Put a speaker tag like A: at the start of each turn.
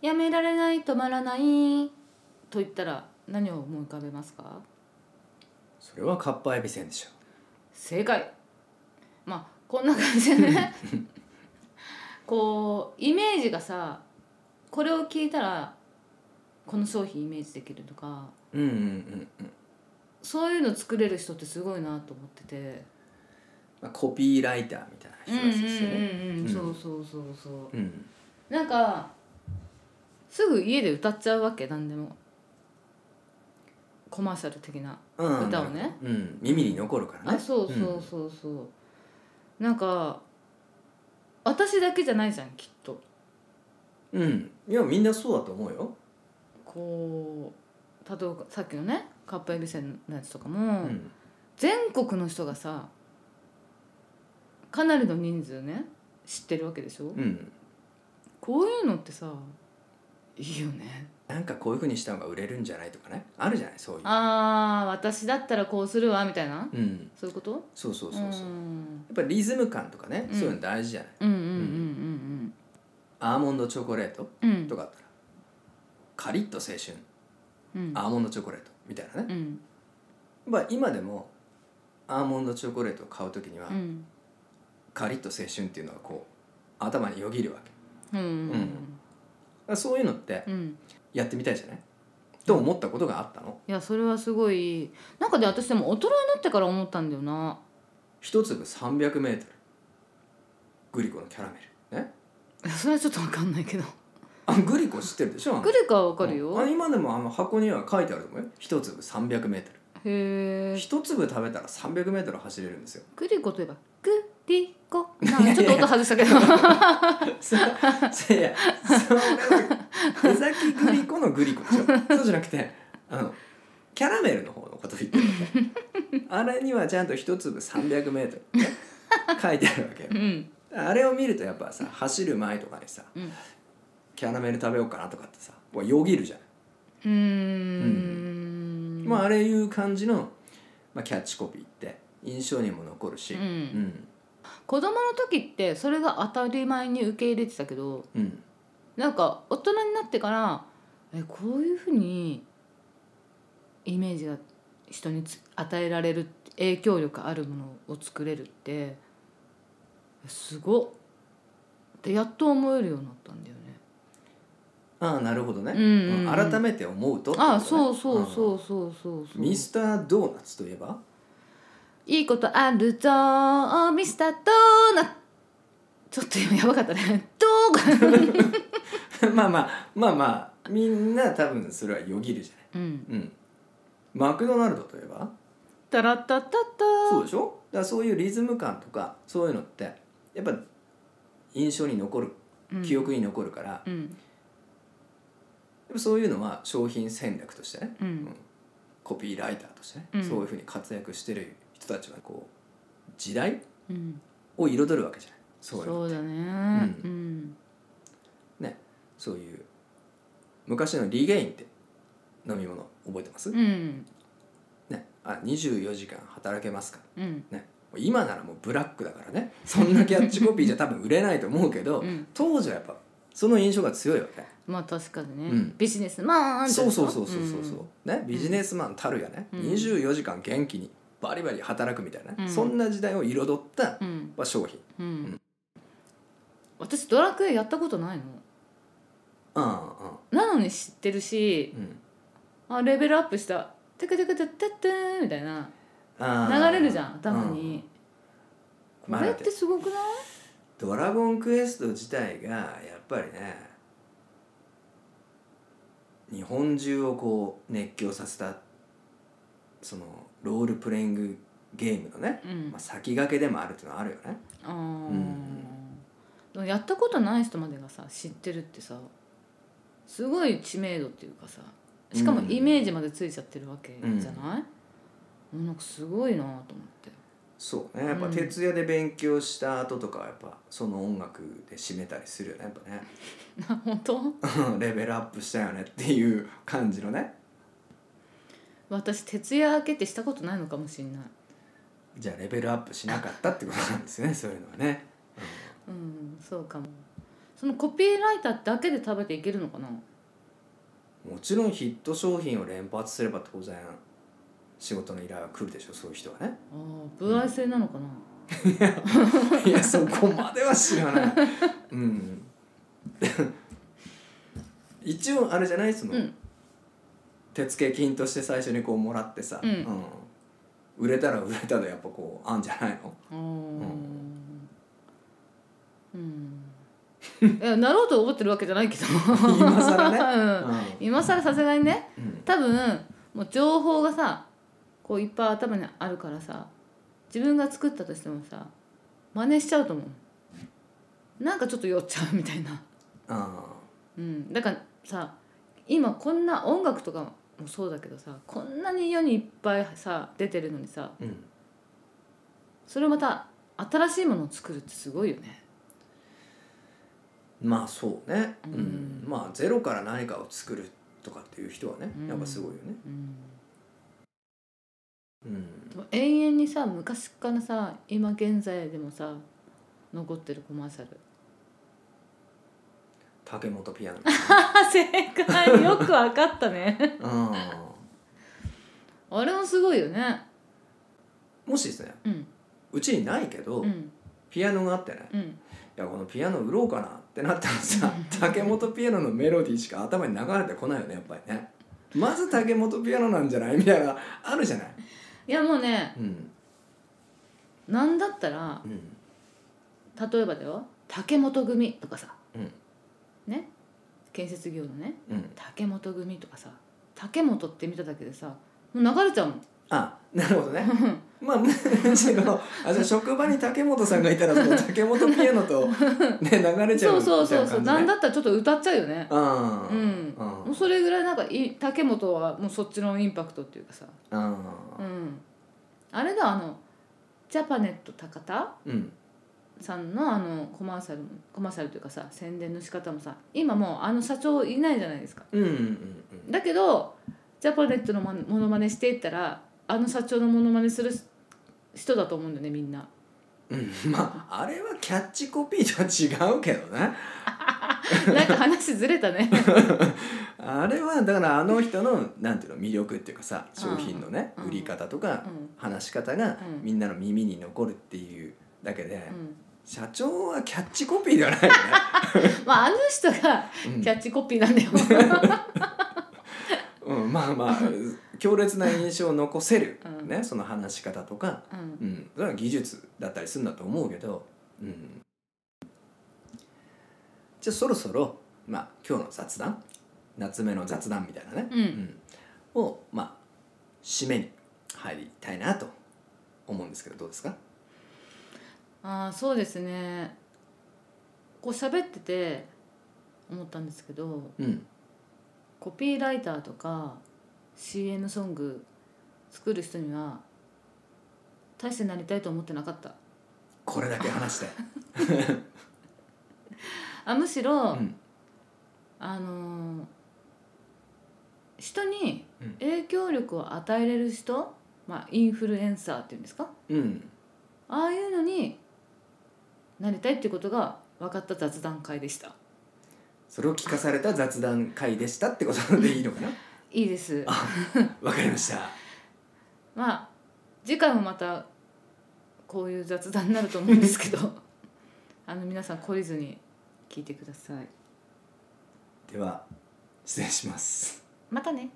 A: やめられない止まらないと言ったら何を思い浮かべますか
B: それはかっぱえびせんでしょ
A: 正解まあこんな感じでね こうイメージがさこれを聞いたらこの商品イメージできるとか
B: うんうんうんうん、
A: そういうの作れる人ってすごいなと思ってて
B: まあ、コピーライターみたいな人たちですよね
A: うんうんうんうん
B: うん
A: そうそうそうそう
B: うん
A: なんかすぐ家で歌っちゃうわけ何でもコマーシャル的な
B: うん
A: 歌をね、
B: うん、耳に残るから
A: あ
B: ね
A: そうそうそうそう、なんか私だけじゃないじゃんきっと
B: うん、うん、いやみんなそうだと思うよ、
A: こう例えばさっきのねカッパエビせんのやつとか
B: う
A: も、
B: ん、
A: 全国の人がさかなりの人数ね知ってるわけでしょ、
B: うん、
A: こういうのってさいいよね
B: なんかこういうふうにした方が売れるんじゃないとかねあるじゃないそういう
A: あー私だったらこうするわみたいな
B: うん
A: そういうこと
B: そうそうそうそう、
A: う
B: や
A: ん
B: っぱりリズム感とかね、
A: うん
B: そういうの大事じゃない
A: うんうんうん
B: アーモンドチョコレート
A: うんうん
B: とかあったら、カリッと青春
A: うん
B: アーモンドチョコレートみたいな
A: う
B: ね、
A: ん
B: まあ今でもアーモンドチョコレートを買う時には、
A: うん
B: カリッと青春っていうのがこう頭によぎるわけだか
A: うん
B: らそういうのって
A: うんうん
B: やってみたいじゃない、と思ったことがあったの
A: いやそれはすごいなんかで私でも大人になってから思ったんだよな
B: 一粒 300m グリコのキャラメルね
A: それはちょっとわかんない けど
B: あグリコ知ってるでしょあの
A: グレカはわかるよ、
B: あ今でもあの箱には書いてあると思うよ一粒 300m
A: へえ
B: 一粒食べたら 300m 走れるんですよ
A: グリコといえばグリコ なんかちょっと音外したけど
B: そいやそれは江崎グリコのグリコでしょそうじゃなくてあのキャラメルの方のこと言ってるわけあれにはちゃんと一粒 300m ね書いてあるわけよ
A: うん
B: あれを見るとやっぱさ走る前とかにさ
A: うん
B: キャラメル食べようかなとかってさもうよぎるじゃん
A: うーん
B: まああれいう感じの、まあ、キャッチコピーって印象にも残るし、
A: うん
B: うん
A: 子供の時ってそれが当たり前に受け入れてたけど
B: うん
A: なんか大人になってからえこういうふうにイメージが人につ与えられる影響力あるものを作れるってすごっってやっと思えるようになったんだよね。
B: ああなるほどね、
A: うんうんうん
B: 改めて思うと
A: あそうそうそううそうそうそ
B: ん
A: う。
B: ミスタードーナツといえば
A: いいことあるぞミスタードーナちょっと今やばかったね。ドーナ
B: まあまあまあまあみんな多分それはよぎるじ
A: うん。
B: ゃない、うん、マクドナルドといえば
A: タラッタッタッタ
B: そうでしょだからそういうリズム感とかそういうのってやっぱ印象に残る
A: うん
B: 記憶に残るから、や
A: うん
B: っぱそういうのは商品戦略としてね
A: うん
B: コピーライターとしてね、
A: うん
B: そういうふうに活躍してる人たちはこう時代
A: うん。
B: を彩るわけじゃないそういう
A: そうだね。う
B: う
A: ん
B: そういう昔のリゲインって飲み物覚えてます、
A: うん
B: ね、あ24時間働けますか、
A: うん
B: ね、今ならもうブラックだからねそんなキャッチコピ ーじゃ多分売れないと思うけど、
A: うん
B: 当時はやっぱその印象が強いわけ
A: まあ確かにね、
B: うん
A: ビジネスマンって
B: そうそうそうそうそうそう、
A: ん
B: ね、ビジネスマンたるやね、
A: うん
B: 24時間元気にバリバリ働くみたいなね、
A: うん
B: そんな時代を彩った
A: うん
B: まあ商品
A: うん、
B: ん
A: 私ドラクエやったことないの
B: うんうん
A: なのに知ってるし
B: うん
A: あレベルアップした「テクテクテテテー」みたいな
B: あー
A: 流れるじゃん頭に、
B: うん
A: これってすごくない、
B: ドラゴンクエスト自体がやっぱりね日本中をこう熱狂させたそのロールプレイングゲームのね、
A: うん
B: まあ、先駆けでもあるっていうのはあるよね
A: あー
B: うん
A: でもやったことない人までがさ知ってるってさすごい知名度っていうかさしかもイメージまでついちゃってるわけじゃない、もうなんかすごいなと思って
B: そうねやっぱ
A: うん
B: 徹夜で勉強した後とかはやっぱその音楽で締めたりするよねやっぱね
A: な本当
B: レベルアップしたよねっていう感じのね
A: 私徹夜明けってしたことないのかもしんない、
B: じゃあレベルアップしなかったってことなんですねそういうのはね。
A: うん、そうかもそのコピーライターだけで食べていけるのかな
B: もちろんヒット商品を連発すれば当然仕事の依頼は来るでしょそういう人はね
A: あー歩合制なのかな、
B: いやそこまでは知らないうん 一応あれじゃないその、
A: うん
B: 手付金として最初にこうもらってさ、
A: うん
B: 売れたら売れたでやっぱこうあんじゃない の
A: あーうん、いやなろうと思ってるわけじゃないけど
B: 今更ね
A: うん今更さすがにね
B: うんうん
A: 多分もう情報がさこういっぱい頭にあるからさ自分が作ったとしてもさ真似しちゃうと思うなんかちょっと酔っちゃうみたいな、
B: あ
A: うん、だからさ今こんな音楽とかもそうだけどさこんなに世にいっぱいさ出てるのにさ
B: ーうん
A: それをまた新しいものを作るってすごいよね
B: まあそうね、うん
A: うん
B: まあゼロから何かを作るとかっていう人はね
A: うん
B: やっぱすごいよね、
A: うん
B: うん、
A: でも永遠にさ昔からさ今現在でもさ残ってるコマーシャル
B: 竹本ピアノ、
A: あ正解よく分かったねあれもすごいよね
B: うん、もしですね
A: うん
B: うちにないけど、
A: うん
B: ピアノがあってね
A: うん
B: いやこのピアノ売ろうかなってなったらさ竹本ピアノのメロディーしか頭に流れてこないよねやっぱりねまず竹本ピアノなんじゃないみたいなあるじゃない
A: いやもうね
B: うん
A: なんだったら
B: うん
A: 例えばだよ竹本組とかさ、
B: うん
A: ね建設業のね
B: うん
A: 竹本組とかさ竹本って見ただけでさもう流れちゃうもん
B: あなるほどねまあむしろあじゃあ職場に竹本さんがいたらその竹本ピアノと、ね、流れちゃう
A: そ
B: み
A: うそうそうそ
B: たいな
A: う、
B: 感じ
A: なん
B: ね
A: だったらちょっと歌っちゃうよね
B: あー
A: うん
B: あ
A: もうそれぐらいなんかい竹本はもうそっちのインパクトっていうかさ
B: ーあ
A: うんあれだあのジャパネット高田
B: ーうん
A: さんのあのコマーシャルもコマーシャルというかさ宣伝の仕方もさ今もうあの社長いないじゃないですか
B: うんうんうんうん
A: だけどジャパネットのまモノマネしていったらあの社長のモノマネする人だと思うんだよねみんな
B: うんまああれはキャッチコピーとは違うけどね
A: なんか話ずれた ね
B: あれはだからあの人のなんていうの魅力っていうかさ商品のね
A: うん
B: 売り方とか
A: うん
B: 話し方が
A: うん
B: みんなの耳に残るっていうだけで
A: うん
B: 社長はキャッチコピーではないよね。
A: まああの人が
B: う ん
A: キャッチコピーなんだ よ
B: うん、まあまあ強烈な印象を残せる、
A: うん
B: ね、その話し方とか、
A: うん
B: うん、それは技術だったりするんだと思うけど、うん、じゃあそろそろ、まあ、今日の雑談夏目の雑談みたいなね、
A: うん
B: うんを、まあ、締めに入りたいなと思うんですけどどうですか、
A: ああそうですねこう喋ってて思ったんですけど
B: うん
A: コピーライターとか CM ソング作る人には大してなりたいと思ってなかった
B: これだけ話して、
A: あむし
B: う
A: ろ、
B: ん
A: あのー人に
B: うん
A: 影響力を与えれる人、まあ、インフルエンサーっていうんですか
B: うん、
A: ああいうのになりたいっていうことが分かった雑談会でした
B: それを聞かされた雑談会でしたってことでいいのかな
A: いいです
B: あわかりました。
A: まあ次回もまたこういう雑談になると思うんです けどあの皆さん懲りずに聞いてください
B: では失礼します。
A: またね